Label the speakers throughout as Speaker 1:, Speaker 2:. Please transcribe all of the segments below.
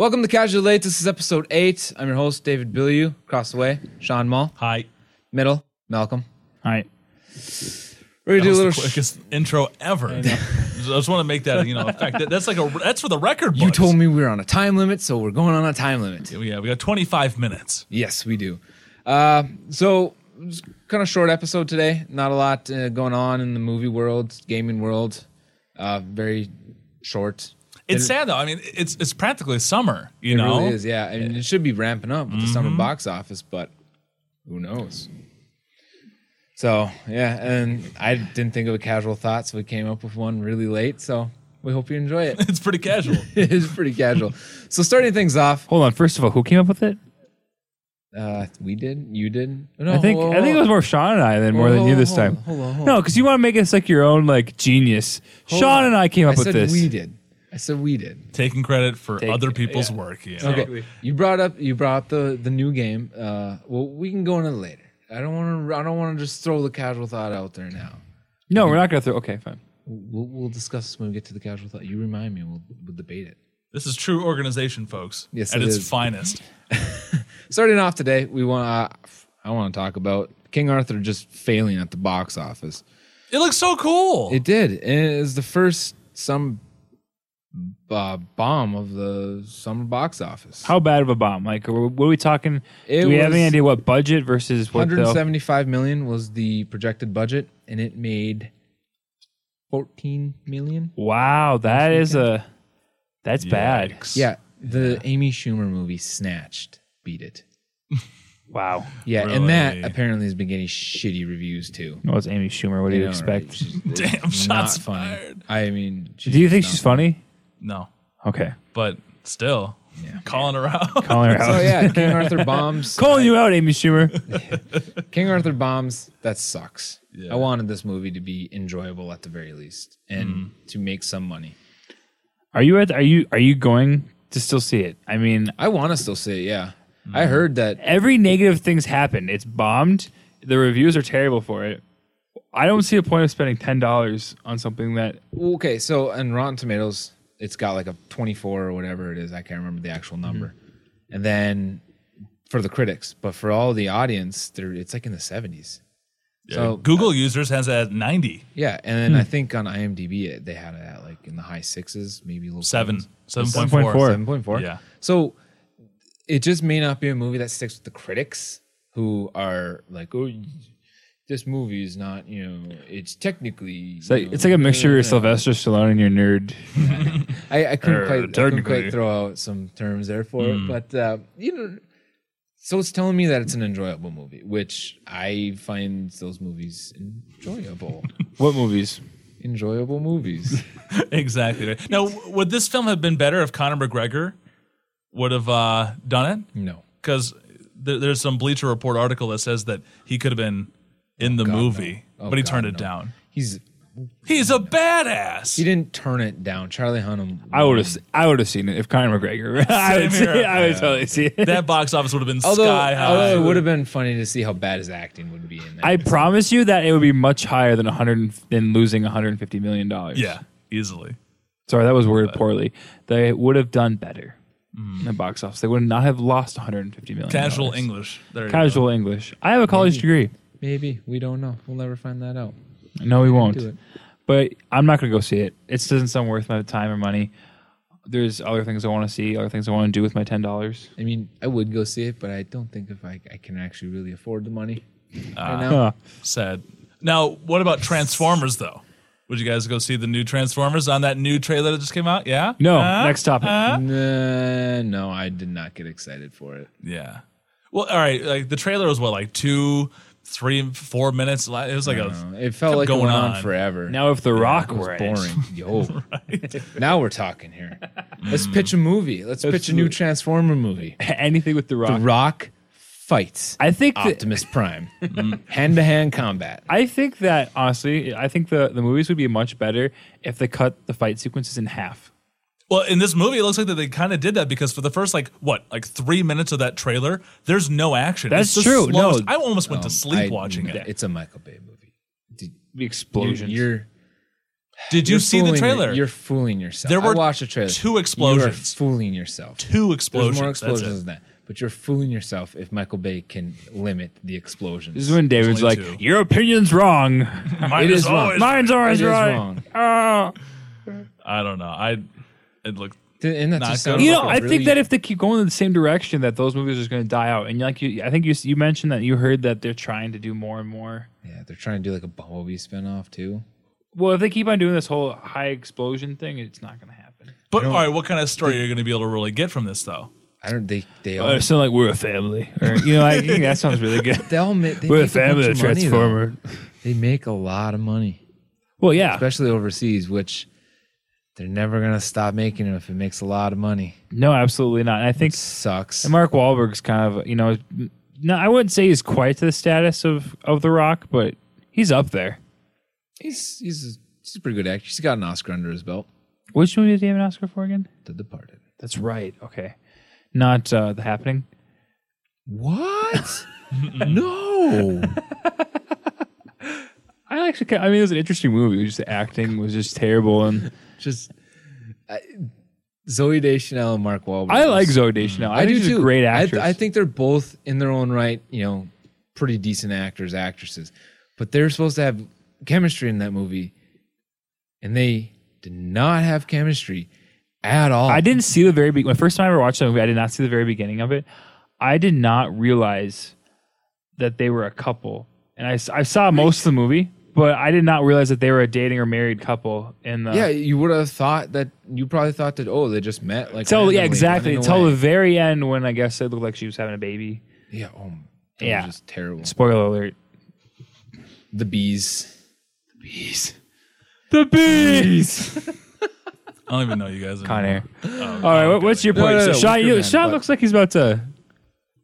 Speaker 1: Welcome to Casual Late. This is episode eight. I'm your host, David Billieu. Across the way, Sean Mall.
Speaker 2: Hi.
Speaker 1: Middle, Malcolm.
Speaker 3: All right.
Speaker 1: We're gonna
Speaker 2: That
Speaker 1: do a little.
Speaker 2: was the
Speaker 1: Sh-
Speaker 2: quickest intro ever. I just want to make that you know in fact. That, that's like a that's for the record. Books.
Speaker 1: you told me we were on a time limit, so we're going on a time limit.
Speaker 2: Yeah, we got 25 minutes.
Speaker 1: Yes, we do. Uh, so, kind of short episode today. Not a lot uh, going on in the movie world, gaming world. Uh, very short.
Speaker 2: It's sad though. I mean, it's it's practically summer. You
Speaker 1: It
Speaker 2: know,
Speaker 1: really is, yeah. I mean, it should be ramping up with the
Speaker 3: Mm-hmm.
Speaker 1: summer box office, but who knows? So yeah, and I didn't think of a casual thought, so we came up with one really late. So we hope you enjoy it.
Speaker 2: it's pretty casual.
Speaker 1: it is pretty casual. So starting things off,
Speaker 3: Hold on. First of all, who came up with it?
Speaker 1: uh, we did, you did. No,
Speaker 3: I think
Speaker 1: whoa,
Speaker 3: I think it was
Speaker 1: whoa.
Speaker 3: more Sean and I than more than
Speaker 1: Hold
Speaker 3: you
Speaker 1: on,
Speaker 3: this
Speaker 1: hold
Speaker 3: time.
Speaker 1: on, hold on, hold
Speaker 3: No, because you want to make us like your own like genius. Sean
Speaker 1: on.
Speaker 3: and I came
Speaker 1: I
Speaker 3: up with
Speaker 1: said
Speaker 3: this.
Speaker 1: we did. I said we did.
Speaker 2: Taking credit for other people's
Speaker 1: yeah.
Speaker 2: work. You know?
Speaker 1: Okay, you brought up you brought up the the new game. Uh, well, we can go into it later. I don't want to. I don't want to just throw the casual thought out there now.
Speaker 3: No, we're not gonna throw. Okay, fine.
Speaker 1: We'll, we'll discuss this when we get to the casual thought. You remind me. We'll, we'll debate it.
Speaker 2: This is true organization, folks.
Speaker 1: Yes,
Speaker 2: at
Speaker 1: it
Speaker 2: its
Speaker 1: is.
Speaker 2: finest.
Speaker 1: Starting off today, we want. Uh, I want to talk about King Arthur just failing at the box office.
Speaker 2: It looks so cool.
Speaker 1: It did. And it is the first some uh, bomb of the summer box office.
Speaker 3: How bad of a bomb? Like, wh- what are we talking?
Speaker 1: It
Speaker 3: do we have
Speaker 1: was
Speaker 3: any idea what budget versus what the?
Speaker 1: 175 million was the projected budget, and it made 14 million.
Speaker 3: Wow, that is a. That's bad.
Speaker 2: Yikes.
Speaker 1: Yeah, the Amy Schumer movie Snatched beat it.
Speaker 3: Wow.
Speaker 1: Yeah, and that
Speaker 2: Really?
Speaker 1: apparently has been getting shitty reviews too.
Speaker 3: Well, it's Amy Schumer. What do you,
Speaker 1: I know,
Speaker 3: expect?
Speaker 1: right? She's-
Speaker 2: Damn,
Speaker 1: it's
Speaker 2: shots
Speaker 1: not fun.
Speaker 2: fired.
Speaker 1: I mean, she's
Speaker 3: Do you think
Speaker 1: not-
Speaker 3: she's funny?
Speaker 2: No,
Speaker 3: Okay,
Speaker 2: but still, calling her out.
Speaker 3: calling her out.
Speaker 1: So Oh, yeah, King Arthur bombs.
Speaker 3: Calling you out, Amy Schumer.
Speaker 1: King Arthur bombs. That sucks.
Speaker 2: Yeah.
Speaker 1: I wanted this movie to be enjoyable at the very least, and to make some money.
Speaker 3: Are you at? Are you? Are you going to still see it? I mean,
Speaker 1: I want to still see it. Yeah, I heard that.
Speaker 3: every negative thing's happened. It's bombed. The reviews are terrible for it. I don't see a point of spending ten dollars on something that
Speaker 1: Okay, so and Rotten Tomatoes, it's got like a twenty-four or whatever it is. I can't remember the actual number. And then for the critics, but for all the audience, there it's like in the seventies.
Speaker 2: Yeah,
Speaker 1: So-
Speaker 2: Google users has it at 90,
Speaker 1: Yeah, and
Speaker 3: Hmm.
Speaker 1: then I think on IMDb it, they had it at like in the high sixes, maybe a little
Speaker 2: seven, seven point
Speaker 3: 7.4.
Speaker 2: four.
Speaker 1: Seven point four.
Speaker 2: Yeah.
Speaker 1: So it just may not be a movie that sticks with the critics who are like, oh, this movie is not, you know, it's technically.
Speaker 3: it's like, it's like a mixture of your Sylvester Stallone and your nerd.
Speaker 1: I, I couldn't
Speaker 2: Er,
Speaker 3: Uh,
Speaker 1: quite I couldn't quite
Speaker 3: technically.
Speaker 1: throw out some terms there for
Speaker 2: Mm.
Speaker 1: it, but uh, you know. So it's telling me that it's an enjoyable movie, which I find those movies enjoyable.
Speaker 3: What movies?
Speaker 1: enjoyable movies.
Speaker 2: exactly right. Now, w- would this film have been better if Conor McGregor would have uh, done it?
Speaker 1: No.
Speaker 2: Because th- there's some Bleacher Report article that says that he could have been in the movie,
Speaker 1: no. Oh,
Speaker 2: but he
Speaker 1: God,
Speaker 2: turned it
Speaker 1: no.
Speaker 2: down.
Speaker 1: He's
Speaker 2: He's a
Speaker 1: he
Speaker 2: badass.
Speaker 1: didn't turn it down. Charlie Hunnam
Speaker 3: I would have I would have seen it if Conor McGregor. I would
Speaker 2: Same here.
Speaker 3: see, I would totally see it.
Speaker 2: That box office would have been
Speaker 1: Although,
Speaker 2: sky high.
Speaker 1: although it would have been funny to see how bad his acting would be in that.
Speaker 3: I promise you that it would be much higher than 100 than losing 150 million dollars.
Speaker 2: yeah, easily.
Speaker 3: Sorry, that was worded poorly. They would have done better in the box office. They would not have lost 150 million.
Speaker 2: Casual English. There you go.
Speaker 3: Casual English. I have a college degree.
Speaker 1: Maybe we don't know. We'll never find that out.
Speaker 3: No, we won't.
Speaker 1: do it.
Speaker 3: But I'm not gonna go see it. It doesn't sound worth my time or money. There's other things I want to see, other things I want to do with my ten dollars.
Speaker 1: I mean, I would go see it, but I don't think if I, I can actually really afford the money. right now.
Speaker 3: Huh.
Speaker 2: Sad. Now, what about Transformers though? Would you guys go see the new Transformers on that new trailer that just came out? Yeah.
Speaker 3: No,
Speaker 2: Huh?
Speaker 3: next topic.
Speaker 1: Nah, no, I did not get excited for it.
Speaker 2: Yeah. Well, all right. Like the trailer was what, like two, three, four minutes. li- It was like a.
Speaker 1: No, it felt
Speaker 2: kept
Speaker 1: like it
Speaker 2: going
Speaker 1: went on,
Speaker 2: on.
Speaker 1: forever.
Speaker 3: Now, if The Rock
Speaker 1: it was
Speaker 3: were in it.
Speaker 1: boring. Yo, now we're talking here. Let's pitch a movie. Let's pitch a new
Speaker 3: Absolutely.
Speaker 1: Transformer movie.
Speaker 3: anything with The
Speaker 1: The
Speaker 3: Rock,
Speaker 1: Rock fights
Speaker 3: I think that,
Speaker 1: Optimus Prime, hand to hand combat.
Speaker 3: I think that honestly, I think the the movies would be much better if they cut the fight sequences in half.
Speaker 2: Well, in this movie, it looks like that they kind of did that because for the first like what, like three minutes of that trailer, there's no action.
Speaker 3: That's
Speaker 2: the
Speaker 3: true. No.
Speaker 2: slowest- I almost went to
Speaker 1: Um,
Speaker 2: sleep
Speaker 1: I-
Speaker 2: watching it.
Speaker 1: It's a Michael Bay movie.
Speaker 3: The
Speaker 1: You're,
Speaker 3: explosions.
Speaker 1: you're
Speaker 2: Did you
Speaker 1: You're
Speaker 2: see the
Speaker 1: fooling-
Speaker 2: trailer?
Speaker 1: You're fooling yourself.
Speaker 2: There
Speaker 1: There
Speaker 2: were
Speaker 1: were I watched the trailer.
Speaker 2: two
Speaker 1: You are
Speaker 2: explosions.
Speaker 1: fooling yourself.
Speaker 2: two
Speaker 1: There's
Speaker 2: explosions.
Speaker 1: more
Speaker 2: That's it.
Speaker 1: explosions than that. But you're fooling yourself if Michael Bay can limit the explosions.
Speaker 3: This is when David's like,
Speaker 2: 22.
Speaker 3: "Your opinion's wrong.
Speaker 2: Mine
Speaker 1: It
Speaker 2: is
Speaker 1: is wrong.
Speaker 2: always-
Speaker 3: Mine's always
Speaker 1: It is
Speaker 3: right."
Speaker 1: wrong.
Speaker 3: Ah.
Speaker 2: I don't know. I it looked
Speaker 1: and that's
Speaker 2: Not
Speaker 1: just
Speaker 2: good.
Speaker 1: sounds
Speaker 2: You
Speaker 3: you
Speaker 1: like
Speaker 3: know,
Speaker 1: a
Speaker 3: I
Speaker 1: really-
Speaker 3: think that if they keep going in the same direction, that those movies are going to die out. And like you, I think you you mentioned that you heard that they're trying to do more and more.
Speaker 1: yeah, they're trying to do like a Bumblebee spinoff too.
Speaker 3: Well, if they keep on doing this whole high explosion thing, it's not going to happen.
Speaker 2: But all right, what kind of story are you going to be able to really get from this though?
Speaker 1: I don't. They they all
Speaker 3: Oh, it sounds like we're a family. Or, you know, I think that sounds really good.
Speaker 1: they all make, they
Speaker 3: We're a
Speaker 1: make
Speaker 3: family
Speaker 1: bunch
Speaker 3: of
Speaker 1: of money, though.
Speaker 3: Transformer.
Speaker 1: They make a lot of money,
Speaker 3: Well, yeah.
Speaker 1: especially overseas, which they're never gonna stop making them if it makes a lot of money.
Speaker 3: No, absolutely not. And I think
Speaker 1: Sucks.
Speaker 3: And Mark Wahlberg's kind of, you know, no, I wouldn't say he's quite to the status of of The Rock, but he's up there.
Speaker 1: He's he's a, he's a pretty good actor. He's got an Oscar under his belt.
Speaker 3: Which movie did he have an Oscar for again?
Speaker 1: The Departed.
Speaker 3: That's right. Okay, not uh, The Happening.
Speaker 1: What? no.
Speaker 3: I actually, ca- I mean, it was an interesting movie. It was just the acting was just terrible, and
Speaker 1: Just I, Zoe Deschanel and Mark Wahlberg.
Speaker 3: I like Zoe Deschanel.
Speaker 1: Mm.
Speaker 3: I,
Speaker 1: I
Speaker 3: think
Speaker 1: do
Speaker 3: she's
Speaker 1: too.
Speaker 3: a great
Speaker 1: I-
Speaker 3: actress.
Speaker 1: I, think they're both in their own right, you know, pretty decent actors, actresses. But they're supposed to have chemistry in that movie, and they did not have chemistry at all.
Speaker 3: I didn't see the very beginning. My first time I ever watched that movie, I did not see the very beginning of it. I did not realize that they were a couple, and I, s- I saw most of the movie, but I did not realize that they were a dating or married couple. In the
Speaker 1: Yeah, you would have thought that you probably thought that oh they just met like
Speaker 3: Till yeah,
Speaker 1: randomly,
Speaker 3: exactly.
Speaker 1: running
Speaker 3: Till
Speaker 1: away.
Speaker 3: the very end when I guess it looked like she was having a baby.
Speaker 1: yeah oh that
Speaker 3: Yeah.
Speaker 1: was just terrible
Speaker 3: Spoiler alert.
Speaker 1: the bees
Speaker 3: Bees. The bees.
Speaker 2: I don't even know you guys.
Speaker 3: Con Air.
Speaker 2: anymore.
Speaker 3: All right, what, what's your
Speaker 1: Oh, No,
Speaker 3: point?
Speaker 1: no, no,
Speaker 3: so Sean,
Speaker 1: Wicker
Speaker 3: you,
Speaker 1: Man,
Speaker 3: Sean
Speaker 1: but-
Speaker 3: looks like he's about to.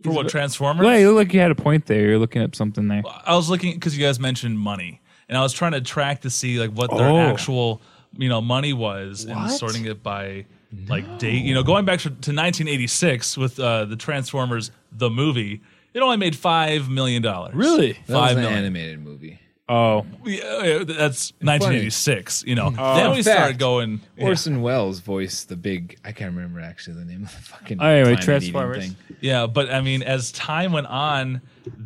Speaker 2: for what Transformers?
Speaker 3: Wait, you look like you had a point there. You're looking up something there.
Speaker 2: I was looking because you guys mentioned money, and I was trying to track to see like what their
Speaker 3: Oh.
Speaker 2: actual you know money was and
Speaker 3: What?
Speaker 2: sorting it by like date. You know, going back to, to 1986 with uh, the Transformers the movie, it only made five million dollars.
Speaker 3: Really?
Speaker 1: that
Speaker 2: Five
Speaker 1: was an
Speaker 2: million.
Speaker 1: animated movie
Speaker 3: Oh,
Speaker 2: Yeah, uh, that's 1986. You know, then
Speaker 1: Fun
Speaker 2: we started
Speaker 1: Mm-hmm. Oh. fact.
Speaker 2: going.
Speaker 1: Orson Welles voiced the big I can't remember actually the name of the fucking
Speaker 3: All right, wait,
Speaker 1: time-eating
Speaker 3: Transformers.
Speaker 1: thing.
Speaker 2: Yeah, but I mean, as time went on,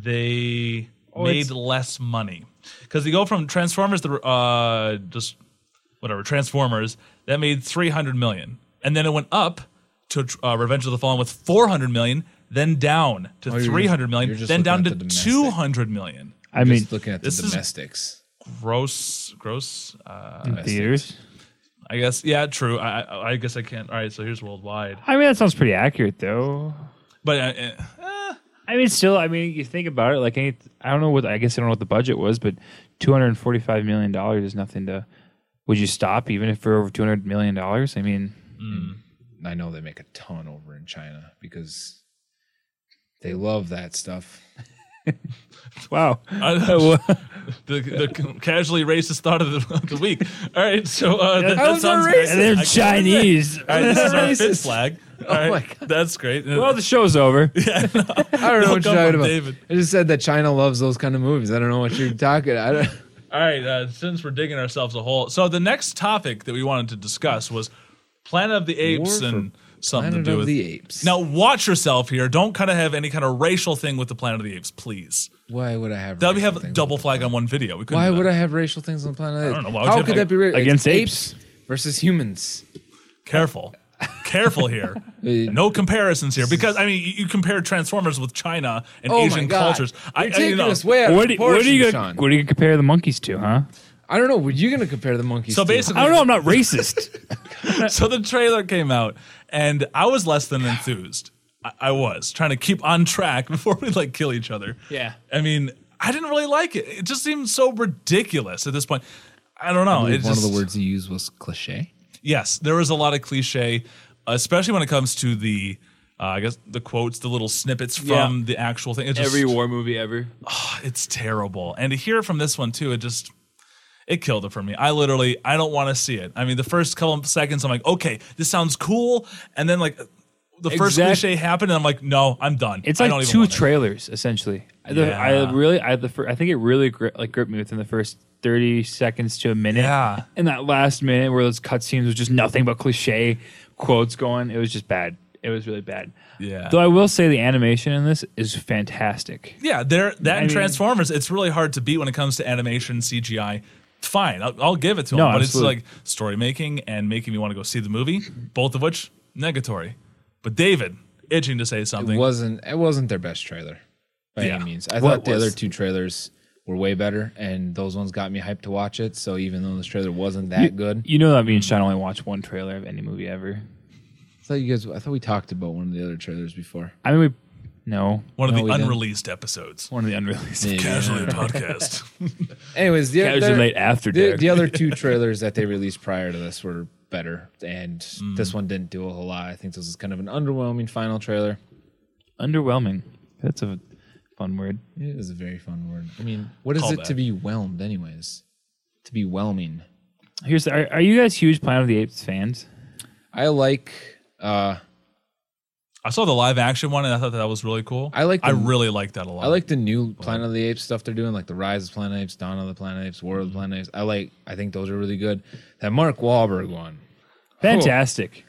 Speaker 2: they
Speaker 1: Oh,
Speaker 2: made
Speaker 3: it's-
Speaker 2: less money because they go from Transformers to uh, just whatever Transformers that made three hundred million, and then it went up to uh, Revenge of the Fallen with four hundred million, then down to
Speaker 1: Oh, you're just-
Speaker 2: three hundred million,
Speaker 1: you're just
Speaker 2: then
Speaker 1: looking
Speaker 2: down
Speaker 1: at
Speaker 2: to
Speaker 1: the domestic.
Speaker 2: two hundred million.
Speaker 3: I
Speaker 1: Just
Speaker 3: mean,
Speaker 1: looking at the
Speaker 2: this is-
Speaker 1: domestics
Speaker 2: Gross, gross. Uh,
Speaker 3: in theaters.
Speaker 2: I guess, yeah, true. I, I, I guess I can't. All right, so here's worldwide,
Speaker 3: I mean, that sounds pretty accurate though.
Speaker 2: but uh, eh,
Speaker 3: I mean, still, I mean, you think about it, like, any, I don't know what, I guess I don't know what the budget was, but $245 million is nothing to, would you stop even if for over $200 million? I mean,
Speaker 1: I know they make a ton over in China because they love that stuff.
Speaker 3: wow.
Speaker 2: Uh, the, the casually racist thought of the, of the week. All right, so uh, that,
Speaker 1: Oh,
Speaker 2: that sounds great.
Speaker 3: And they're
Speaker 2: I-
Speaker 3: Chinese.
Speaker 2: All right, this is our fifth
Speaker 1: Racist.
Speaker 2: flag. All
Speaker 1: Oh
Speaker 2: right,
Speaker 1: my God.
Speaker 2: that's great.
Speaker 3: Well, the show's over.
Speaker 1: I don't know what
Speaker 2: come
Speaker 1: you're talking
Speaker 2: from
Speaker 1: about.
Speaker 2: David.
Speaker 1: I just said that China loves those kind of movies. I don't know what you're talking. I don't.
Speaker 2: All right, uh, since we're digging ourselves a hole, so the next topic that we wanted to discuss was Planet of the Apes
Speaker 1: for
Speaker 2: and something
Speaker 1: Planet
Speaker 2: to do
Speaker 1: of
Speaker 2: with
Speaker 1: the Apes.
Speaker 2: Now, watch yourself here. Don't kind of have any kind of racial thing with the Planet of the Apes, please.
Speaker 1: Why would I have?
Speaker 2: That we
Speaker 1: racial
Speaker 2: have
Speaker 1: things
Speaker 2: double
Speaker 1: on the
Speaker 2: flag
Speaker 1: planet?
Speaker 2: on one video. We couldn't.
Speaker 1: Why
Speaker 2: do
Speaker 1: would
Speaker 2: that.
Speaker 1: I have racial things on planet? Earth?
Speaker 2: don't know. Why would
Speaker 1: How
Speaker 2: you have-
Speaker 1: could that be ra- it's
Speaker 3: Against apes?
Speaker 1: versus humans?
Speaker 2: Careful, careful here. No comparisons here because I mean you, you compare Transformers with China and
Speaker 1: Oh my
Speaker 2: Asian
Speaker 1: God!
Speaker 2: cultures.
Speaker 1: You're
Speaker 2: I, I, you
Speaker 1: taking
Speaker 2: know.
Speaker 1: us way out
Speaker 3: What,
Speaker 1: of
Speaker 3: do- what are you
Speaker 1: proportion,
Speaker 3: gonna,
Speaker 1: Sean.
Speaker 3: what are you gonna compare the monkeys to, huh?
Speaker 1: I don't know. What are you going to compare the monkeys?
Speaker 2: So
Speaker 1: to?
Speaker 2: basically,
Speaker 3: I don't know. I'm not racist.
Speaker 2: so the trailer came out and I was less than enthused. I, I was trying to keep on track before we like kill each other.
Speaker 3: Yeah.
Speaker 2: I mean, I didn't really like it. It just seemed so ridiculous at this point. I don't know.
Speaker 1: I believe
Speaker 2: It
Speaker 1: one
Speaker 2: just,
Speaker 1: of the words you used was cliche.
Speaker 2: Yes, there was a lot of cliche, especially when it comes to the, uh, I guess the quotes, the little snippets from the actual thing. It just,
Speaker 3: war movie ever.
Speaker 2: it's terrible. And to hear it from this one too, it just it killed it for me. I literally I don't want to see it. I mean, the first couple of seconds I'm like, okay, this sounds cool, and then like the first
Speaker 3: Exact-
Speaker 2: cliche happened, and I'm like, no, I'm done.
Speaker 3: It's
Speaker 2: I
Speaker 3: like
Speaker 2: don't even
Speaker 3: two
Speaker 2: want it.
Speaker 3: trailers essentially. I- the-
Speaker 2: Yeah.
Speaker 3: I really, I the fir- I think it really gri- like gripped me within the first thirty seconds to a minute.
Speaker 2: Yeah.
Speaker 3: And that last minute where those cutscenes was just nothing but cliche quotes going. It was just bad. It was really bad.
Speaker 2: Yeah.
Speaker 3: Though I will say the animation in this is fantastic.
Speaker 2: Yeah, there that and
Speaker 3: mean-
Speaker 2: Transformers, it's really hard to beat when it comes to animation CGI. Fine, I'll, I'll give it to him,
Speaker 3: No,
Speaker 2: but
Speaker 3: absolutely.
Speaker 2: it's like story making and making me want to go see the movie, both of which negatory. But David itching to say something.
Speaker 1: It wasn't it wasn't their best trailer by
Speaker 2: Yeah.
Speaker 1: any means. I
Speaker 3: Well, it
Speaker 1: thought the
Speaker 3: was.
Speaker 1: other two trailers were way better, and those ones got me hyped to watch it. So even though this trailer wasn't that good,
Speaker 3: You know that me and Sean only watch one trailer of any movie ever.
Speaker 1: I thought you guys. I thought we talked about one of the other trailers before.
Speaker 3: I mean, we no
Speaker 2: one of
Speaker 1: No,
Speaker 2: the
Speaker 1: we didn't.
Speaker 2: unreleased episodes.
Speaker 3: one of the unreleased.
Speaker 2: Casually podcast.
Speaker 1: Anyways, the,
Speaker 3: That was
Speaker 1: the-
Speaker 3: late after
Speaker 1: the,
Speaker 3: Derek.
Speaker 1: the other two trailers that they released prior to this were better, and
Speaker 2: Mm.
Speaker 1: this one didn't do a whole lot. I think this was kind of an underwhelming final trailer.
Speaker 3: Underwhelming. That's a fun word.
Speaker 1: It is a very fun word. I mean, what is
Speaker 2: Call
Speaker 1: it
Speaker 2: back.
Speaker 1: to be whelmed, anyways? To be whelming.
Speaker 3: Here's the, are, are you guys huge Planet of the Apes fans?
Speaker 1: I like. uh
Speaker 2: I saw the live action one and I thought that was really cool.
Speaker 1: I like
Speaker 2: I
Speaker 1: the-
Speaker 2: really like that a lot.
Speaker 1: I like the new Planet of the Apes stuff they're doing, like the Rise of Planet of the Apes, Dawn of the Planet of the Apes, War of
Speaker 3: Mm-hmm.
Speaker 1: the Planet of the Apes. I like. I think those are really good. That Mark Wahlberg one,
Speaker 3: Fantastic.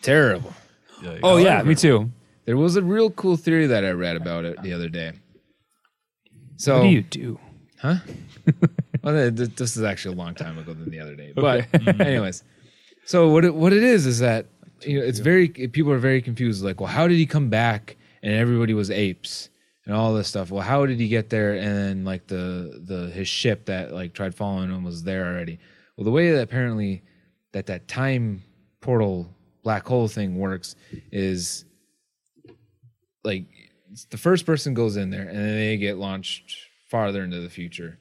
Speaker 1: terrible.
Speaker 2: Yeah, yeah.
Speaker 3: Oh yeah, me too.
Speaker 1: There was a real cool theory that I read about it the other day. So,
Speaker 3: What do you do?
Speaker 1: well, th- th- this is actually a long time ago than the other day. But anyways, so what it, what it is is that you know it's very people are very confused. Like, well, how did he come back? And everybody was apes and all this stuff. Well, how did he get there? And then like the the his ship that like tried following him was there already. Well, the way that apparently that that time portal black hole thing works is like it's the first person goes in there and then they get launched farther into the future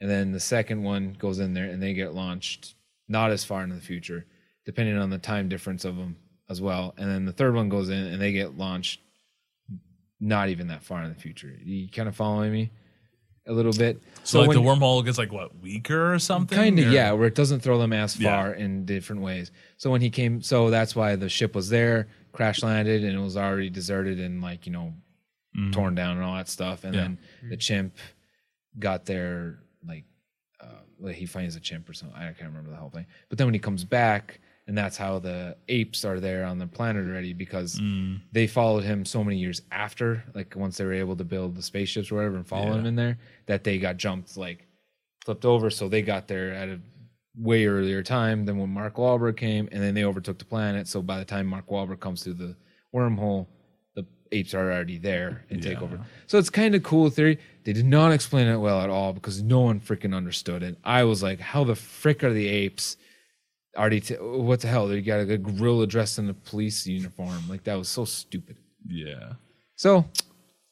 Speaker 1: and then the second one goes in there and they get launched not as far into the future depending on the time difference of them as well and then the third one goes in and they get launched not even that far in the future you kind of following me a little bit
Speaker 2: So, like
Speaker 1: when-
Speaker 2: the wormhole gets like what weaker or something?
Speaker 1: kind
Speaker 2: Or-
Speaker 1: of yeah where it doesn't throw them as
Speaker 2: Yeah.
Speaker 1: far in different ways so when he came so that's why the ship was there crash landed and it was already deserted and like you know torn down and all that stuff and
Speaker 2: Mm-hmm. Yeah.
Speaker 1: then the chimp got there like uh, like he finds a chimp or something i can't remember the whole thing but then when he comes back and that's how the apes are there on the planet already because
Speaker 2: Mm.
Speaker 1: they followed him so many years after like once they were able to build the spaceships or whatever and follow him in there that they got jumped like flipped over, so they got there at a way earlier time than when Mark Wahlberg came, and then they overtook the planet. So by the time Mark Wahlberg comes through the wormhole, the apes are already there and take over. So it's kind of cool theory. They did not explain it well at all because no one freaking understood it. I was like, how the frick are the apes? Already, t- what the hell? They got a gorilla dressed in a police uniform. Like that was so stupid.
Speaker 2: Yeah.
Speaker 1: So,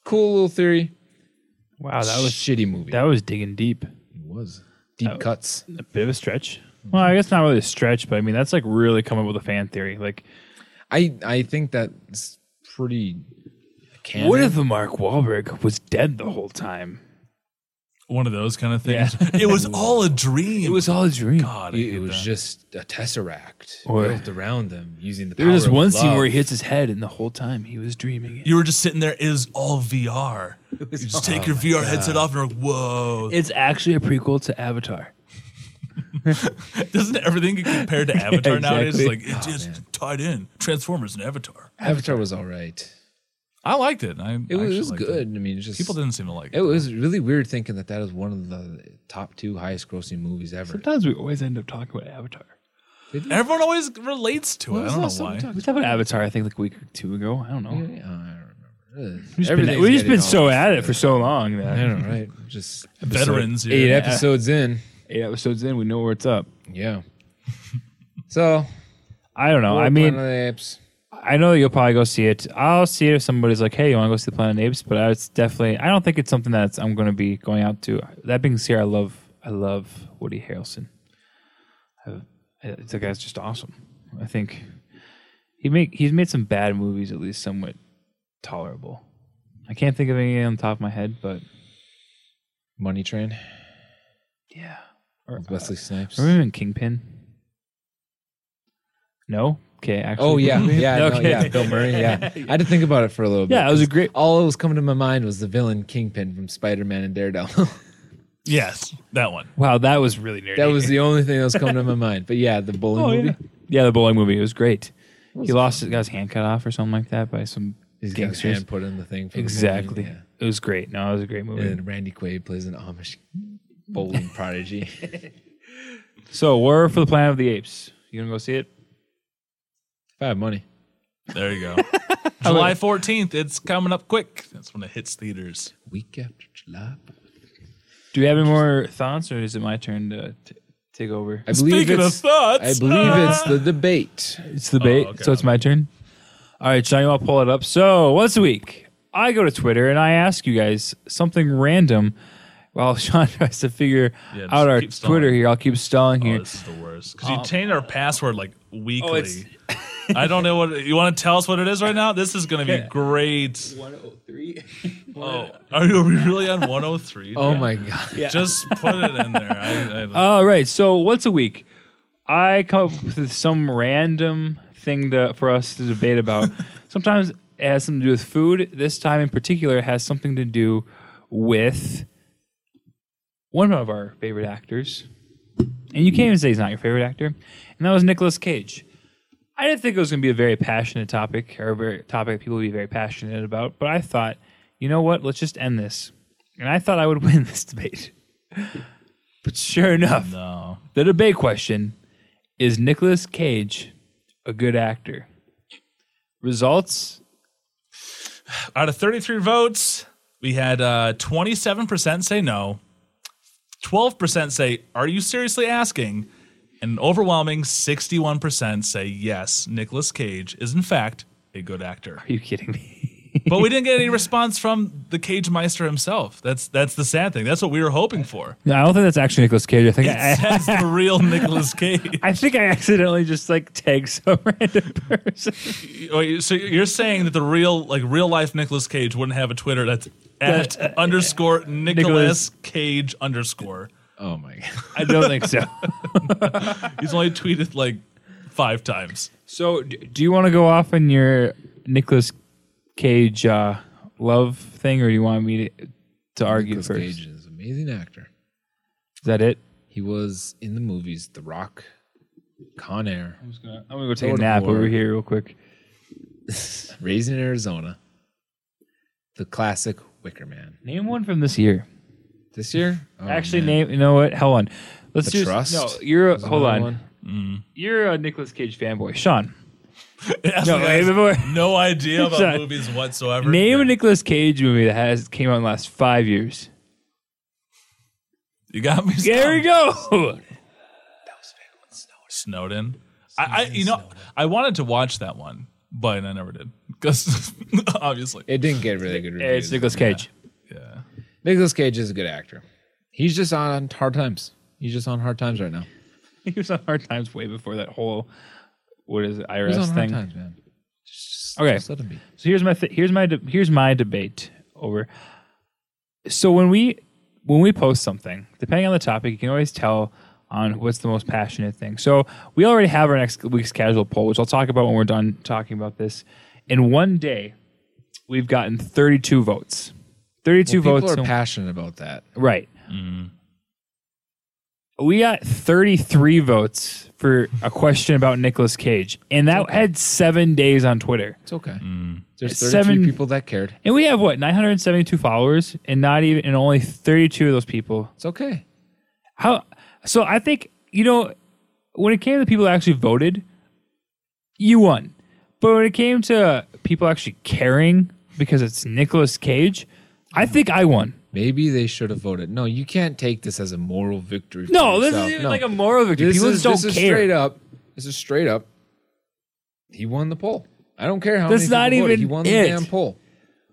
Speaker 1: cool little theory.
Speaker 3: Wow, that was
Speaker 1: shitty movie.
Speaker 3: that was digging deep.
Speaker 1: it was deep cuts.
Speaker 3: A bit of a stretch. Well, I guess not really a stretch, but I mean that's like really coming up with a fan theory. Like,
Speaker 1: I I think that's pretty. Canon.
Speaker 3: what if the Mark Wahlberg was dead the whole time?
Speaker 2: One of those kind of things. It was all a dream.
Speaker 3: It was all a dream.
Speaker 2: God, I
Speaker 1: it,
Speaker 2: hate
Speaker 1: it was
Speaker 2: that.
Speaker 1: just a tesseract
Speaker 3: Or-
Speaker 1: built around them using the power?
Speaker 3: There's this
Speaker 1: of
Speaker 3: one scene
Speaker 1: love.
Speaker 3: where he hits his head, and the whole time he was dreaming. It.
Speaker 2: you were just sitting there. It was all VR. You just take your VR headset off and you're like, whoa.
Speaker 3: It's actually a prequel to Avatar.
Speaker 2: Doesn't everything get compared to Avatar nowadays? It's like
Speaker 3: exactly.
Speaker 2: it's,
Speaker 1: Oh,
Speaker 2: it's tied in Transformers and Avatar.
Speaker 1: Avatar was all right.
Speaker 2: I liked it. I
Speaker 1: It was, it
Speaker 2: actually
Speaker 1: was
Speaker 2: liked
Speaker 1: good. I mean, it's just
Speaker 2: People didn't seem to like
Speaker 1: It
Speaker 2: it.
Speaker 1: was really weird thinking that that is one of the top two highest grossing movies ever.
Speaker 3: Sometimes we always end up talking about Avatar.
Speaker 2: Everyone always relates to it. I don't know why.
Speaker 3: We talked about Avatar, I think, like a week or two ago. I don't know.
Speaker 1: Yeah, I don't remember.
Speaker 3: We've just been, we've just been so at it for so long
Speaker 1: I
Speaker 3: that
Speaker 1: don't know, right? Just
Speaker 2: Veterans.
Speaker 1: eight
Speaker 2: yeah.
Speaker 1: episodes in.
Speaker 3: eight episodes in, we know where it's up.
Speaker 1: Yeah. So
Speaker 3: I don't know. I mean,
Speaker 1: Planet of the Apes.
Speaker 3: I know that you'll probably go see it. I'll see it if somebody's like, "Hey, you want to go see the Planet of the Apes?" But I, it's definitely. I don't think it's something that's I'm going to be going out to. That being said, I love I love Woody Harrelson. I, I, the guy's just awesome. I think he make he's made some bad movies at least somewhat tolerable. I can't think of any on the top of my head, but
Speaker 1: Money Train.
Speaker 3: yeah. Or,
Speaker 1: with Wesley Snipes.
Speaker 3: Remember in Kingpin? No. Okay. Actually,
Speaker 1: Oh yeah, yeah,
Speaker 3: Okay.
Speaker 1: no, yeah. Bill Murray. Yeah, I had to think about it for a little bit.
Speaker 3: Yeah, it was a
Speaker 1: 'cause
Speaker 3: great-
Speaker 1: All that was coming to my mind was the villain Kingpin from Spider Man and Daredevil.
Speaker 2: Yes, that one.
Speaker 3: Wow, that was really nerdy.
Speaker 1: That was the only thing that was coming to my mind. But yeah, the bowling
Speaker 3: Oh,
Speaker 1: movie.
Speaker 3: yeah. yeah, the bowling movie. It was great. he lost got his hand cut off or something like that by some
Speaker 1: He's got his
Speaker 3: gangsters.
Speaker 1: hand put in the thing. For the
Speaker 3: Exactly.
Speaker 1: bowling,
Speaker 3: It was great. No, it was a great
Speaker 1: yeah.
Speaker 3: movie.
Speaker 1: And Randy Quaid plays an Amish bowling prodigy.
Speaker 3: So, War for the Planet of the Apes. You gonna go see it?
Speaker 1: If I have money,
Speaker 2: There you go. July 14th. It's coming up quick. That's when it hits theaters.
Speaker 1: week after July.
Speaker 3: Do we have any more thoughts, or is it my turn to t- take over?
Speaker 1: I believe
Speaker 2: Speaking of
Speaker 1: it's.
Speaker 2: thoughts, ah.
Speaker 1: I believe it's the debate.
Speaker 3: It's the bait,
Speaker 2: Oh, okay,
Speaker 3: so it's my turn. All right, Johnny, I'll pull it up. So once a week, I go to Twitter and I ask you guys something random. While Sean tries to figure
Speaker 2: Yeah, just
Speaker 3: out our
Speaker 2: keep
Speaker 3: Twitter
Speaker 2: stalling.
Speaker 3: here, I'll keep stalling
Speaker 2: Oh,
Speaker 3: here.
Speaker 2: this is the worst. Because
Speaker 1: Um,
Speaker 2: you change our password like
Speaker 1: oh,
Speaker 2: weekly.
Speaker 3: it's-
Speaker 2: I don't know what you want to tell us what it is right now. This is going to be great.
Speaker 1: 103.
Speaker 2: Oh, are you are we really on 103?
Speaker 1: Oh my God. Yeah.
Speaker 2: Just put it in there. I, I,
Speaker 3: All right, so once a week, I come up with some random thing to, for us to debate about. Sometimes it has something to do with food. This time in particular, it has something to do with one of our favorite actors. And you can't even say he's not your favorite actor. And that was Nicolas Cage. I didn't think it was going to be a very passionate topic or a very topic people would be very passionate about, but I thought, you know what? Let's just end this. And I thought I would win this debate. But sure enough,
Speaker 2: no.
Speaker 3: the debate question is Nicolas Cage a good actor? Results
Speaker 2: Out of 33 votes, we had uh, 27% say no, 12% say, Are you seriously asking? And an overwhelming 61% say yes, Nicolas Cage is in fact a good actor.
Speaker 3: Are you kidding me?
Speaker 2: But we didn't get any response from the Cage Meister himself. That's that's the sad thing. That's what we were hoping for.
Speaker 3: No, I don't think that's actually Nicolas Cage. I think I,
Speaker 2: That's the real Nicolas Cage.
Speaker 3: I think I accidentally just like tagged some random person.
Speaker 2: Wait, so you're saying that the real like real life Nicolas Cage wouldn't have a Twitter that's at underscore uh, Nicolas Cage underscore.
Speaker 1: Oh my God.
Speaker 3: I don't think so.
Speaker 2: He's only tweeted like five times.
Speaker 3: So, d- do you want to go off on your Nicolas Cage uh, love thing, or do you want me to, to argue
Speaker 1: Nicolas
Speaker 3: first?
Speaker 1: Cage is an amazing actor.
Speaker 3: Is that it?
Speaker 1: He was in the movies The Rock, Con Air,
Speaker 3: I'm gonna go take
Speaker 1: Lord
Speaker 3: a
Speaker 1: of
Speaker 3: nap
Speaker 1: War.
Speaker 3: over here real quick.
Speaker 1: Raised in Arizona, the classic Wicker Man.
Speaker 3: Name one from this year.
Speaker 1: This year? Oh,
Speaker 3: Actually,
Speaker 1: man.
Speaker 3: name. You know what? Hold on. Let's
Speaker 1: The
Speaker 3: just.
Speaker 1: Trust
Speaker 3: No, you're. A,
Speaker 1: was
Speaker 3: hold
Speaker 1: another
Speaker 3: on.
Speaker 1: one.
Speaker 3: You're a Nicolas Cage fanboy, Sean.
Speaker 2: That's
Speaker 3: No,
Speaker 2: what I-
Speaker 3: wait, wait, wait.
Speaker 2: no idea
Speaker 3: Sorry.
Speaker 2: about movies whatsoever.
Speaker 3: Name a Nicolas Cage movie that has came out in the last five years.
Speaker 2: You got me.
Speaker 3: There we go.
Speaker 2: Snowden. I, I you know I wanted to watch that one, but I never did because obviously.
Speaker 1: It didn't get really good reviews.
Speaker 3: It's Nicolas Cage.
Speaker 2: Yeah.
Speaker 1: Nicolas Cage is a good actor. He's just on hard times. He's just on hard times right now.
Speaker 3: He was on Hard Times way before that whole what is it
Speaker 1: He's
Speaker 3: IRS
Speaker 1: on hard
Speaker 3: thing.
Speaker 1: times, man.
Speaker 3: Okay.
Speaker 1: Just let him be.
Speaker 3: So here's my th- here's my de- here's my debate over. So when we when we post something, depending on the topic, you can always tell on what's the most passionate thing. So we already have our next week's casual poll, which I'll talk about when we're done talking about this. In one day, we've gotten 32 votes. 32
Speaker 1: People
Speaker 3: votes.
Speaker 1: are
Speaker 3: in-
Speaker 1: passionate about that.
Speaker 3: Right.
Speaker 1: Mm-hmm.
Speaker 3: We got 33 votes for a question about Nicolas Cage, and that had seven days on Twitter.
Speaker 1: It's okay. There's
Speaker 3: It's
Speaker 1: 33
Speaker 3: Mm. seven-
Speaker 1: people that cared.
Speaker 3: And we have what 972 followers, and not even, and only 32 of those people.
Speaker 1: It's okay.
Speaker 3: How? So I think you know, when it came to the people that actually voted, you won. But when it came to people actually caring because it's Nicolas Cage, I
Speaker 1: Mm-hmm.
Speaker 3: think I won.
Speaker 1: Maybe they should have voted. No, you can't take this as a moral victory. For
Speaker 3: No, this
Speaker 1: yourself.
Speaker 3: is
Speaker 1: No.
Speaker 3: like a moral victory.
Speaker 1: This
Speaker 3: people
Speaker 1: is,
Speaker 3: just don't
Speaker 1: this is
Speaker 3: care.
Speaker 1: straight up. This is straight up. He won the poll. I don't care how
Speaker 3: That's
Speaker 1: many
Speaker 3: not
Speaker 1: people voted. He
Speaker 3: even
Speaker 1: won
Speaker 3: it.
Speaker 1: the damn poll.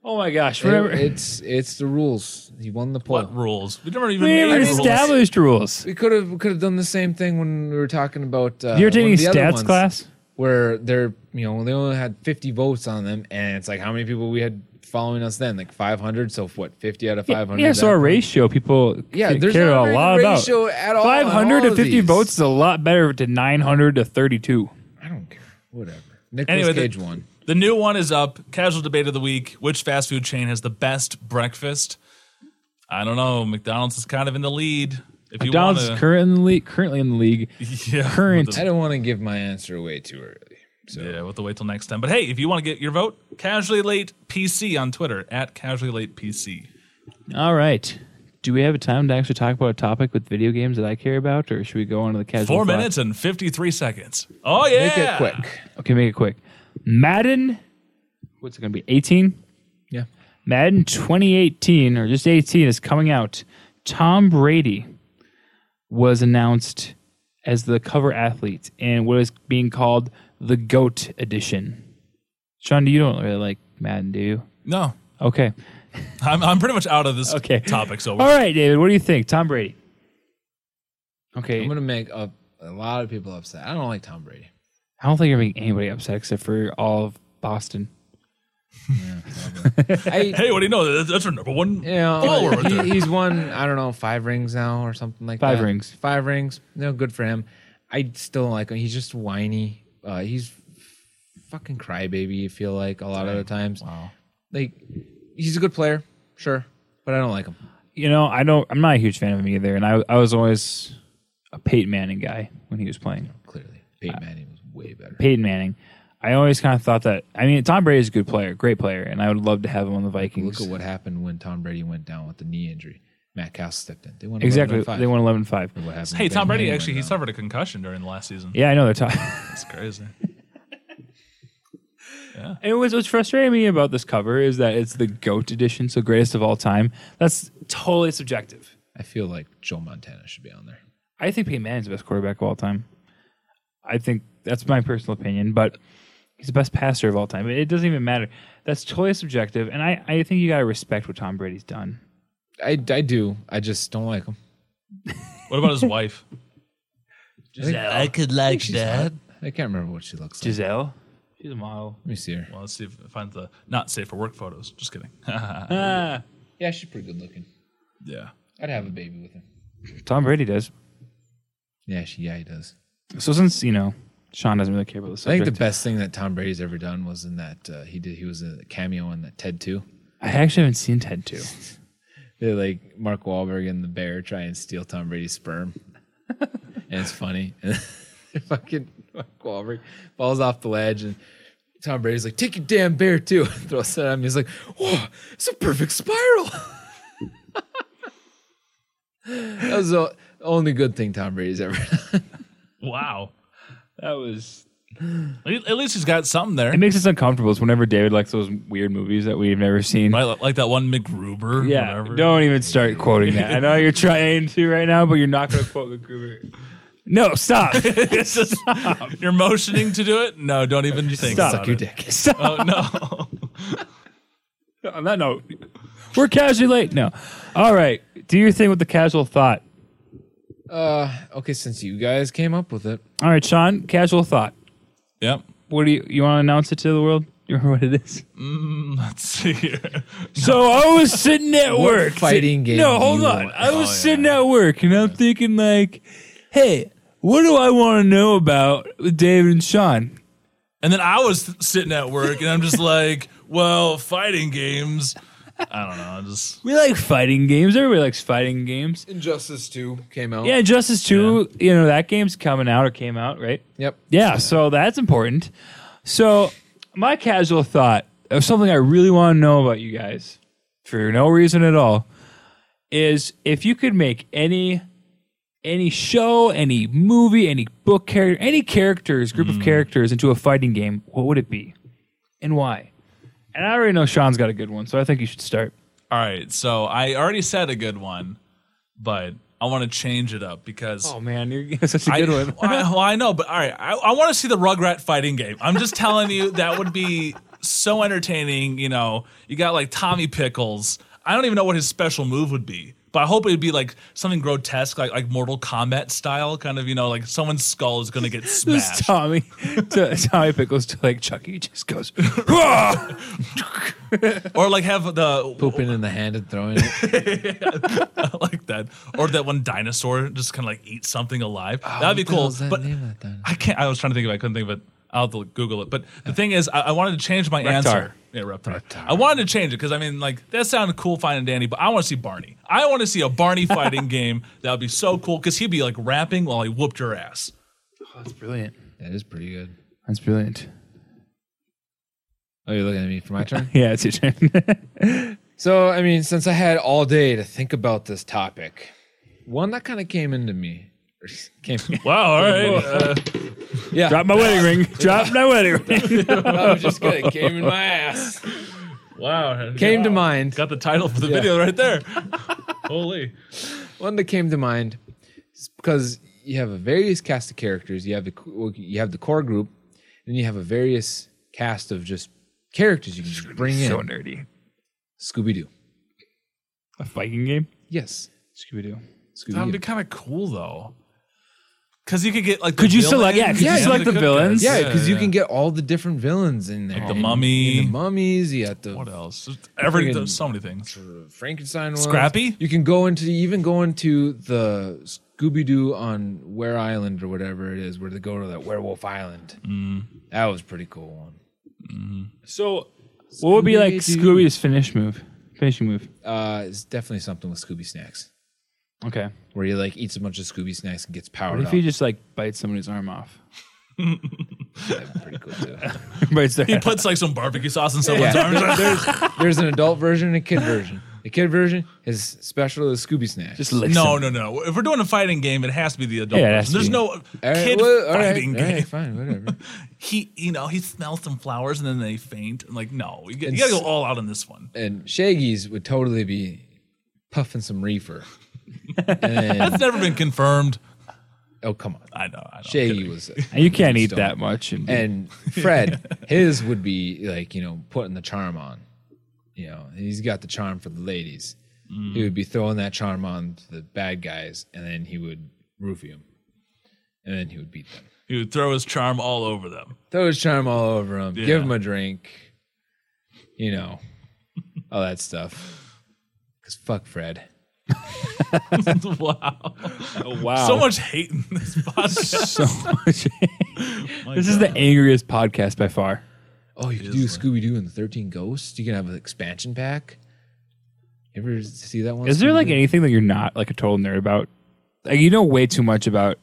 Speaker 3: Oh my gosh!
Speaker 1: It-
Speaker 3: Remember,
Speaker 1: it's it's the rules. He won the poll.
Speaker 2: What rules? We never even
Speaker 3: we
Speaker 2: made
Speaker 3: never
Speaker 2: rules.
Speaker 3: established rules.
Speaker 1: We could have we could have done the same thing when we were talking about. Uh,
Speaker 3: You're
Speaker 1: one
Speaker 3: taking
Speaker 1: of the other
Speaker 3: stats
Speaker 1: ones
Speaker 3: class.
Speaker 1: where they're you know they only had 50 votes on them, and it's like how many people we had following us then, like 500. So what, 50 out of 500?
Speaker 3: Yeah, so
Speaker 1: that-
Speaker 3: our ratio people
Speaker 1: Yeah,
Speaker 3: ca-
Speaker 1: there's
Speaker 3: care
Speaker 1: not a
Speaker 3: a lot
Speaker 1: ra-
Speaker 3: about.
Speaker 1: ratio at all on
Speaker 3: 500
Speaker 1: all
Speaker 3: to
Speaker 1: of
Speaker 3: 50
Speaker 1: these.
Speaker 3: votes is a lot better to 900 to 32.
Speaker 1: I don't care. Whatever. Nicholas
Speaker 2: Anyway, the-
Speaker 1: Cage won.
Speaker 2: The new one is up. Casual debate of the week: Which fast food chain has the best breakfast? I don't know. McDonald's is kind of in the lead. If you want
Speaker 3: McDonald's
Speaker 2: to,
Speaker 3: currently currently in the league.
Speaker 2: yeah,
Speaker 3: current-
Speaker 2: with
Speaker 1: I don't want to give my answer away too early. So
Speaker 2: the- yeah, with the wait till next time. But hey, if you want to get your vote, casually late PC on Twitter at casually late PC.
Speaker 3: All right. Do we have a time to actually talk about a topic with video games that I care about, or should we go on to the casual?
Speaker 2: Four
Speaker 3: thought?
Speaker 2: minutes and fifty three seconds. Oh yeah,
Speaker 1: make it quick.
Speaker 3: Okay, make it quick. Madden, what's it going to be? 18?
Speaker 1: Yeah.
Speaker 3: Madden 2018, or just 18, is coming out. Tom Brady was announced as the cover athlete in what is being called the GOAT edition. Sean, do you don't really like Madden, do you?
Speaker 2: No,
Speaker 3: Okay.
Speaker 2: I'm I'm pretty much out of this
Speaker 3: Okay.
Speaker 2: topic. So
Speaker 3: All right, David, what do you think? Tom Brady. Okay.
Speaker 1: I'm gonna make a, a lot of people upset. I don't like Tom Brady.
Speaker 3: I don't think you're making anybody upset except for all of Boston.
Speaker 1: I,
Speaker 2: hey, what do you know? That's, that's our number one.
Speaker 1: you know,
Speaker 2: Follower right
Speaker 1: he-
Speaker 2: there.
Speaker 1: he's won I don't know five rings now or something like
Speaker 3: Five
Speaker 1: that.
Speaker 3: rings.
Speaker 1: Five rings. No, good for him. I still don't like him. He's just whiny. Uh, he's fucking crybaby. You feel like a lot of the times. Wow. Like he's a good player, sure, but I don't like him.
Speaker 3: You know, I don't. I'm not a huge fan of him either, and I I was always a Peyton Manning guy when he was playing.
Speaker 1: Clearly, Peyton Manning was way better.
Speaker 3: Peyton Manning. I always kind of thought that. I mean, Tom Brady is a good player, great player, and I would love to have him on the Vikings.
Speaker 1: Look at what happened when Tom Brady went down with the knee injury. Matt Cal stepped in. They won
Speaker 3: exactly,
Speaker 1: 11-5.
Speaker 3: they won
Speaker 1: What
Speaker 3: 11-5.
Speaker 1: happened
Speaker 2: Hey,
Speaker 1: when
Speaker 2: Tom
Speaker 1: Peyton
Speaker 2: Brady
Speaker 1: Manning
Speaker 2: actually he
Speaker 1: went down?
Speaker 2: suffered a concussion during the last season.
Speaker 3: Yeah, I know they're talking.
Speaker 2: That's crazy.
Speaker 3: and what's, what's frustrating me about this cover is that it's the GOAT edition, so greatest of all time. That's totally subjective.
Speaker 1: I feel like Joe Montana should be on there.
Speaker 3: I think Peyton Manning's the best quarterback of all time. I think that's my personal opinion, but he's the best passer of all time. It doesn't even matter. That's totally subjective, and I, I think you got to respect what Tom Brady's done.
Speaker 1: I, I do. I just don't like him.
Speaker 2: What about his wife?
Speaker 3: Giselle.
Speaker 2: could like
Speaker 1: She's hot. I can't remember what she looks like.
Speaker 3: Giselle? She's a model.
Speaker 1: Let me see her.
Speaker 2: Well, let's see if I find the not safe for work photos. Just kidding.
Speaker 3: Ah.
Speaker 1: Yeah, she's pretty good looking.
Speaker 2: yeah.
Speaker 1: I'd have a baby with her.
Speaker 3: Tom Brady does.
Speaker 1: Yeah, she yeah he does.
Speaker 3: So since you know Sean doesn't really care about the
Speaker 1: I think
Speaker 3: subject, I,
Speaker 1: the best thing that Tom Brady's ever done was in that uh, he did he was a cameo in that TED two.
Speaker 3: actually haven't seen Ted two.
Speaker 1: They like Mark Wahlberg and the bear try and steal Tom Brady's sperm, and it's funny. And fucking Mark Wahlberg falls off the ledge and. Tom Brady's like, take your damn bear too. Throws it at him. He's like, whoa, it's a perfect spiral. that was the only good thing Tom Brady's ever done.
Speaker 2: Wow.
Speaker 3: That was.
Speaker 2: At le- at least he's got something there.
Speaker 3: It makes us uncomfortable. It's whenever David likes those weird movies that we've never seen.
Speaker 2: Right, li- like that one McGruber.
Speaker 3: Yeah,
Speaker 2: whatever.
Speaker 3: don't even start quoting that. I know you're trying to right now, but you're not going to quote MacGruber. No, stop,
Speaker 2: It's just- you're motioning to do it. No, don't even think.
Speaker 3: Stop.
Speaker 2: about
Speaker 3: Suck
Speaker 2: it.
Speaker 1: dick.
Speaker 3: stop.
Speaker 2: Oh no.
Speaker 3: On that note, we're casually late. No, all right. Do your thing with the casual thought.
Speaker 1: Okay, since you guys came up with it,
Speaker 3: All right, Sean. Casual thought.
Speaker 2: yep.
Speaker 3: What do you you want to announce it to the world? You remember what it is?
Speaker 2: Let's see here.
Speaker 3: So I was sitting at
Speaker 1: What
Speaker 3: work.
Speaker 1: fighting game
Speaker 3: No,
Speaker 1: do
Speaker 3: hold
Speaker 1: you
Speaker 3: on.
Speaker 1: want?
Speaker 3: I was
Speaker 2: Oh,
Speaker 3: sitting at work and I'm thinking like, hey, what do I want to know about with David and Sean?
Speaker 2: And then I was sitting at work, and I'm just like, well, fighting games. I don't know. I'm just
Speaker 3: We like fighting games. Everybody likes fighting games.
Speaker 1: Injustice Two came out.
Speaker 3: Yeah, Justice 2, you know, that game's coming out or came out, right?
Speaker 1: Yep.
Speaker 3: Yeah, so that's important. So my casual thought of something I really want to know about you guys, for no reason at all, is if you could make any any show, any movie, any book character, any characters, group of characters into a fighting game, what would it be? And why? And I already know Sean's got a good one, so I think you should start.
Speaker 2: all right. So I already said a good one, but I want to change it up because
Speaker 3: Oh man, you're such a
Speaker 2: I,
Speaker 3: good one.
Speaker 2: I, well, I know, but all right, I, I want to see the Rugrat fighting game. I'm just telling you that would be so entertaining. You know, you got like Tommy Pickles. I don't even know what his special move would be, but I hope it would be like something grotesque, like like Mortal Kombat style, kind of. You know, like someone's skull is gonna get
Speaker 3: Just
Speaker 2: smashed.
Speaker 3: Tommy, to, Tommy Pickles to like Chucky just goes.
Speaker 2: or like have the
Speaker 1: Pooping in the hand and throwing it.
Speaker 2: like that, or that one dinosaur just kind of like eat something alive. That'd
Speaker 1: What Oh, the
Speaker 2: be cool.
Speaker 1: hell's that
Speaker 2: But
Speaker 1: name of that dinosaur?
Speaker 2: I can't. I was trying to think of. it. I couldn't think of it. I'll have to Google it. But the thing is, I, I wanted to change my answer. Yeah, Reptar. I wanted to change it because I mean, like that sounded cool, fine and dandy, but I want to see Barney. I want to see a Barney fighting game. That would be so cool because he'd be like rapping while he whooped your ass.
Speaker 3: That's brilliant.
Speaker 1: That is pretty good.
Speaker 3: That's brilliant.
Speaker 1: Oh, you're looking at me for my turn?
Speaker 3: Yeah, it's your turn.
Speaker 1: So, I mean, since I had all day to think about this topic, one that kind of came into me. Came,
Speaker 2: Wow. All right. Uh,
Speaker 1: yeah,
Speaker 3: Drop my wedding ring. Drop my wedding ring.
Speaker 1: I was just kidding. Came in my ass.
Speaker 2: wow.
Speaker 1: Came to mind.
Speaker 2: Got the title for the video right there. Holy.
Speaker 1: One that came to mind is because you have a various cast of characters. You have the well, you have the core group, and you have a various cast of just characters you can just bring in.
Speaker 3: so nerdy.
Speaker 1: Scooby Doo.
Speaker 3: A Viking game?
Speaker 1: Yes.
Speaker 3: Scooby
Speaker 2: That
Speaker 3: Doo.
Speaker 2: would
Speaker 1: Scooby
Speaker 2: be
Speaker 1: Doo.
Speaker 2: kind of cool though. Because you could get like. the
Speaker 3: Could you select- yeah,
Speaker 2: villains
Speaker 3: could you
Speaker 2: and
Speaker 3: select the
Speaker 2: good
Speaker 3: villains?
Speaker 2: guys.
Speaker 1: Yeah, because you
Speaker 2: yeah.
Speaker 1: can get all the different villains in there.
Speaker 2: the
Speaker 1: And-
Speaker 2: mummy.
Speaker 1: and the mummies. You got the
Speaker 2: What else? Just Every
Speaker 1: Friggin-
Speaker 2: there's so many things.
Speaker 1: Frankenstein ones.
Speaker 2: Scrappy?
Speaker 1: You can go into you even go into the Scooby Doo on Ware Island or whatever it is, where they go to that Werewolf Island.
Speaker 3: Mm.
Speaker 1: That was a pretty cool one.
Speaker 2: So
Speaker 3: What would be like
Speaker 1: Scooby-Doo.
Speaker 3: Scooby's finish move? Finishing move.
Speaker 1: Uh, it's definitely something with Scooby snacks,
Speaker 3: Okay.
Speaker 1: where he like eats a bunch of Scooby snacks and gets
Speaker 3: What
Speaker 1: powered
Speaker 3: if
Speaker 1: up.
Speaker 3: he just like bites somebody's arm off?
Speaker 1: That'd be pretty cool too.
Speaker 3: bites their
Speaker 2: he
Speaker 3: head off.
Speaker 2: puts like some barbecue sauce in someone's arms.
Speaker 1: There's an adult version and a kid version. The kid version, his special is Scooby snacks.
Speaker 3: Just licks
Speaker 2: No,
Speaker 3: him.
Speaker 2: no, no. If we're doing a fighting game, it has to be the adult.
Speaker 3: Yeah,
Speaker 2: version.
Speaker 3: it has to
Speaker 2: There's
Speaker 3: be.
Speaker 2: no
Speaker 1: All right,
Speaker 2: kid
Speaker 1: well, all right,
Speaker 2: fighting
Speaker 1: all right,
Speaker 2: game.
Speaker 1: fine, whatever.
Speaker 2: He, you know, he smells some flowers and then they faint. And like, no, you, get, you
Speaker 1: And
Speaker 2: gotta go
Speaker 1: s-
Speaker 2: all out on this one.
Speaker 1: and Shaggy's would totally be puffing some reefer.
Speaker 2: That's never been confirmed.
Speaker 1: Oh come on.
Speaker 2: I know. I know.
Speaker 1: Shaggy was,
Speaker 3: And you can't eat
Speaker 1: Stone.
Speaker 3: that much. And,
Speaker 1: and Fred, his would be like you know putting the charm on. You know, he's got the charm for the ladies.
Speaker 2: Mm.
Speaker 1: He would be throwing that charm on to the bad guys, and then he would roofie them, and then he would beat them.
Speaker 2: He would throw his charm all over them.
Speaker 1: Throw his charm all over him.
Speaker 2: Yeah.
Speaker 1: Give him a drink. You know, all that stuff. Cause fuck Fred.
Speaker 2: wow.
Speaker 3: wow.
Speaker 2: So much hate in this podcast.
Speaker 3: So much.
Speaker 2: My
Speaker 3: this is the
Speaker 2: God.
Speaker 3: angriest podcast by far.
Speaker 1: Oh, you could do Scooby Doo and the Thirteen Ghosts. You can have an expansion pack. You ever see that one?
Speaker 3: Is there like
Speaker 1: Scooby-Doo?
Speaker 3: anything that you're not like a total nerd about? Like you know way too much about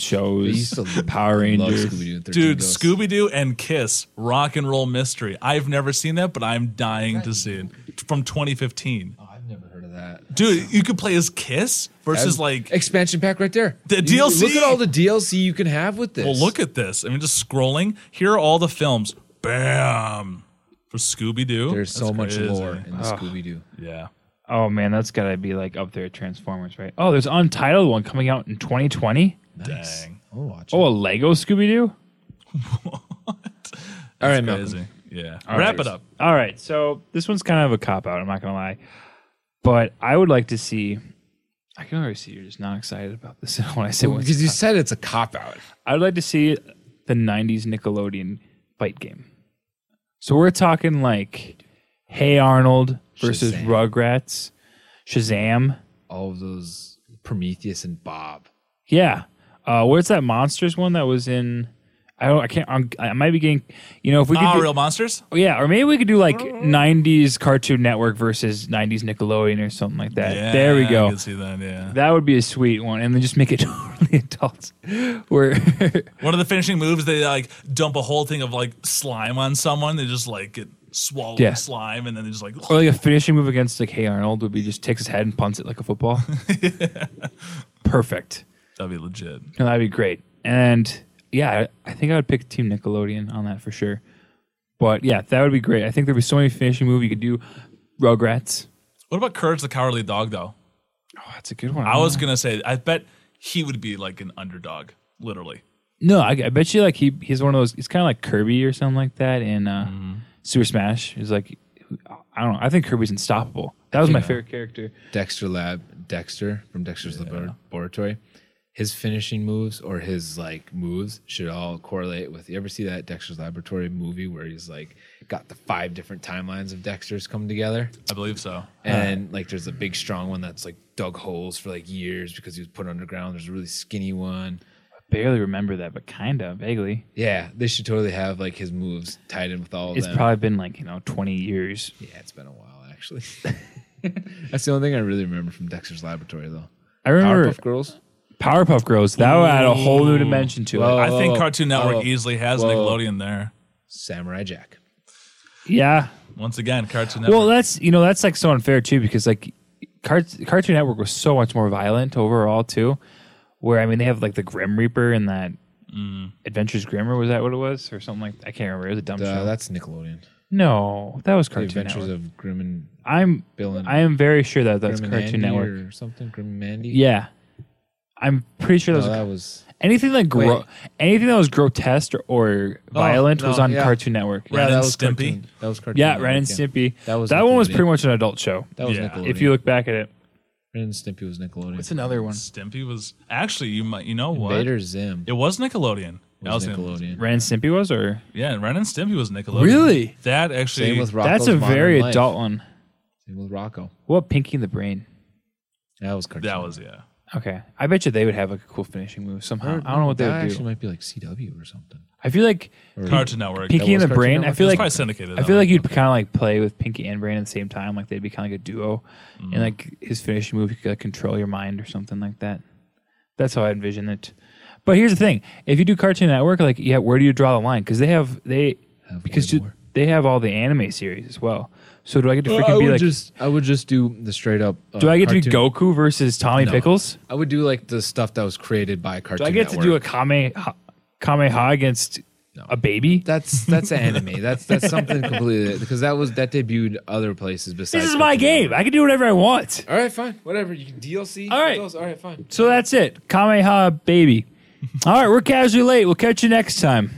Speaker 1: I
Speaker 3: shows,
Speaker 1: used to
Speaker 3: Power
Speaker 1: love
Speaker 3: Rangers.
Speaker 1: Scooby-Doo and 13
Speaker 2: Dude,
Speaker 1: Ghosts.
Speaker 2: Scooby Doo and Kiss, Rock and Roll Mystery. I've never seen that, but I'm dying to see it from 2015.
Speaker 1: Oh, I've never heard of that.
Speaker 2: Dude, you could play as Kiss versus like.
Speaker 1: expansion pack right there.
Speaker 2: The
Speaker 1: You-
Speaker 2: DLC.
Speaker 1: Look at all the DLC you can have with this.
Speaker 2: Well, look at this. I mean, just scrolling. Here are all the films. Bam! For Scooby Doo.
Speaker 1: There's so much lore in the Scooby Doo.
Speaker 2: Yeah.
Speaker 3: Oh man, that's gotta be like up there at Transformers, right? Oh, there's Untitled one coming out in 2020.
Speaker 2: Dang.
Speaker 1: I'll watch it.
Speaker 3: Oh, a Lego Scooby Doo.
Speaker 1: all right, Malcolm.
Speaker 2: Crazy. Yeah. Wrap it up.
Speaker 3: All right, so this one's kind of a cop out. I'm not gonna lie, but I would like to see. I can already see you're just not excited about this when I say one.
Speaker 1: Because you said it's a cop out.
Speaker 3: I'd like to see the 90s Nickelodeon fight game. So we're talking like Hey Arnold versus
Speaker 1: Shazam.
Speaker 3: Rugrats, Shazam.
Speaker 1: All of those Prometheus and Bob.
Speaker 3: Yeah. Uh, where's that monsters one that was in? I don't. I can't. I'm, I might be getting. You know, if we could.
Speaker 2: Ah,
Speaker 3: do-
Speaker 2: Real Monsters?
Speaker 3: yeah, or maybe we could do like '90s Cartoon Network versus '90s Nickelodeon or something like
Speaker 1: Uh,
Speaker 3: that.
Speaker 2: Yeah,
Speaker 3: there we
Speaker 2: I
Speaker 3: go.
Speaker 2: can see that, yeah.
Speaker 3: That would be a sweet one, and then just make it totally adults. Where
Speaker 2: One of the finishing moves, they like dump a whole thing of like slime on someone. They just like get swallowed
Speaker 3: Yeah.
Speaker 2: in slime and then they just like
Speaker 1: Oh.
Speaker 3: Or like a finishing move against like Hey Arnold would be just takes his head and punts it like a football. Perfect.
Speaker 2: That'd be legit.
Speaker 3: No, that'd be great. And yeah, I, I think I would pick Team Nickelodeon on that for sure. But yeah, that would be great. I think there'd be so many finishing moves you could do. Rugrats.
Speaker 2: What about Courage the Cowardly Dog though?
Speaker 3: Oh, that's a good one.
Speaker 2: I was
Speaker 1: Mm.
Speaker 2: gonna say I bet he would be like an underdog, literally.
Speaker 3: no, I, I bet you like he he's one of those. He's kind of like Kirby or something like that in uh, Super Smash. He's like, I don't know. I think Kirby's unstoppable. That was my favorite character.
Speaker 1: Dexter Lab, Dexter from Dexter's Labor- Laboratory. His finishing moves or his like moves should all correlate with. You ever see that Dexter's Laboratory movie where he's like got the five different timelines of Dexter's come together?
Speaker 2: I believe so.
Speaker 1: And like there's a big strong one that's like dug holes for like years because he was put underground. There's a really skinny one.
Speaker 3: barely remember that, but kind of vaguely.
Speaker 1: Yeah, they should totally have like his moves tied in with all of
Speaker 3: It's
Speaker 1: them.
Speaker 3: probably been like you know twenty years.
Speaker 1: yeah, it's been a while actually. That's the only thing I really remember from Dexter's Laboratory though.
Speaker 3: I remember
Speaker 1: Powerpuff Girls.
Speaker 3: Powerpuff, Girls. That would add a whole new
Speaker 2: Ooh.
Speaker 3: dimension to
Speaker 1: Whoa.
Speaker 3: it.
Speaker 2: I think
Speaker 1: Whoa,
Speaker 2: Cartoon Network
Speaker 1: whoa,
Speaker 2: easily has
Speaker 1: Oh. whoa.
Speaker 2: Nickelodeon there.
Speaker 1: Samurai Jack.
Speaker 3: Yeah.
Speaker 2: Once again, Cartoon Network.
Speaker 3: Well, that's you know that's like so unfair too because like Cart- Cartoon Network was so much more violent overall too. Where I mean they have like the Grim Reaper and that Adventures Grimmer was that what it was or something like I can't remember. It was a dumb
Speaker 1: Duh,
Speaker 3: show.
Speaker 1: that's Nickelodeon.
Speaker 3: no, that was
Speaker 1: The
Speaker 3: Cartoon
Speaker 1: Adventures
Speaker 3: Network.
Speaker 1: of Grim and
Speaker 3: I'm
Speaker 1: Bill and
Speaker 3: I am very sure that that's
Speaker 1: Grim and
Speaker 3: Cartoon
Speaker 1: Andy
Speaker 3: Network.
Speaker 1: or something. Grim and Mandy.
Speaker 3: Yeah, I'm pretty sure that
Speaker 1: no,
Speaker 3: was
Speaker 1: that was
Speaker 3: anything that gro-
Speaker 1: Wait. Oh,
Speaker 3: anything that was grotesque or, or violent
Speaker 2: no,
Speaker 3: was on
Speaker 1: yeah.
Speaker 3: Cartoon Network.
Speaker 2: Ren
Speaker 1: yeah, that
Speaker 2: and
Speaker 1: was
Speaker 2: Stimpy.
Speaker 1: Cartoon, that was Cartoon.
Speaker 3: Yeah,
Speaker 1: Network,
Speaker 3: Ren and
Speaker 1: yeah.
Speaker 3: Stimpy.
Speaker 1: That was
Speaker 3: that one was
Speaker 1: Nickelodeon.
Speaker 3: pretty much an adult show.
Speaker 1: That was
Speaker 2: Yeah.
Speaker 1: Nickelodeon.
Speaker 3: If you look back at it,
Speaker 1: Ren and Stimpy was Nickelodeon.
Speaker 3: it's another one.
Speaker 2: Stimpy was actually you might you know what
Speaker 1: Vader Zim
Speaker 2: it was Nickelodeon. That
Speaker 1: was
Speaker 2: was
Speaker 1: Nickelodeon.
Speaker 3: Ren and Stimpy was, or
Speaker 2: Yeah, Ren and Stimpy was Nickelodeon.
Speaker 3: Really?
Speaker 2: That actually.
Speaker 1: Same with Rocco's
Speaker 3: that's a
Speaker 1: Modern
Speaker 3: very
Speaker 1: Life.
Speaker 3: adult one.
Speaker 1: Same with Rocco.
Speaker 3: What Pinky and the Brain?
Speaker 1: That was Cartoon.
Speaker 2: That was yeah.
Speaker 3: Okay, I bet you they would have like a cool finishing move somehow. I don't know what they
Speaker 1: that
Speaker 3: would do.
Speaker 1: actually might be like CW or something.
Speaker 3: I feel like
Speaker 2: Cartoon Network.
Speaker 3: Pinky
Speaker 1: was
Speaker 3: and the
Speaker 1: Cartoon
Speaker 3: Brain. I
Speaker 1: Network?
Speaker 3: feel
Speaker 2: It's
Speaker 3: like
Speaker 2: probably syndicated.
Speaker 3: I
Speaker 2: that
Speaker 3: feel
Speaker 2: one.
Speaker 3: like you'd kind of like play with Pinky and Brain at the same time. Like they'd be kind of like a duo,
Speaker 1: Mm.
Speaker 3: and like his finishing move, you could like control your mind or something like that. That's how I envision it. But here's the thing: if you do Cartoon Network, like yeah, where do you draw the line? Because they have they
Speaker 1: Have
Speaker 3: because
Speaker 1: way
Speaker 3: you-
Speaker 1: more.
Speaker 3: they have all the anime series as well. So do I get to freaking
Speaker 1: I
Speaker 3: be
Speaker 1: would
Speaker 3: like?
Speaker 1: just I would just do the straight up. uh,
Speaker 3: do I get to be
Speaker 1: cartoon-
Speaker 3: Goku versus Tommy Pickles?
Speaker 1: I would do like the stuff that was created by Cartoon.
Speaker 3: Do I get to do a Kame Kameha against a baby?
Speaker 1: That's that's anime. That's that's something completely because that was that debuted other places besides.
Speaker 3: This is my
Speaker 1: Cartoon
Speaker 3: game. I can do whatever I want.
Speaker 1: Network. All right, fine, whatever. You can DLC.
Speaker 3: All right.
Speaker 1: those. all right, fine.
Speaker 3: So that's it. Kameha baby. All right, we're casually late. We'll catch you next time.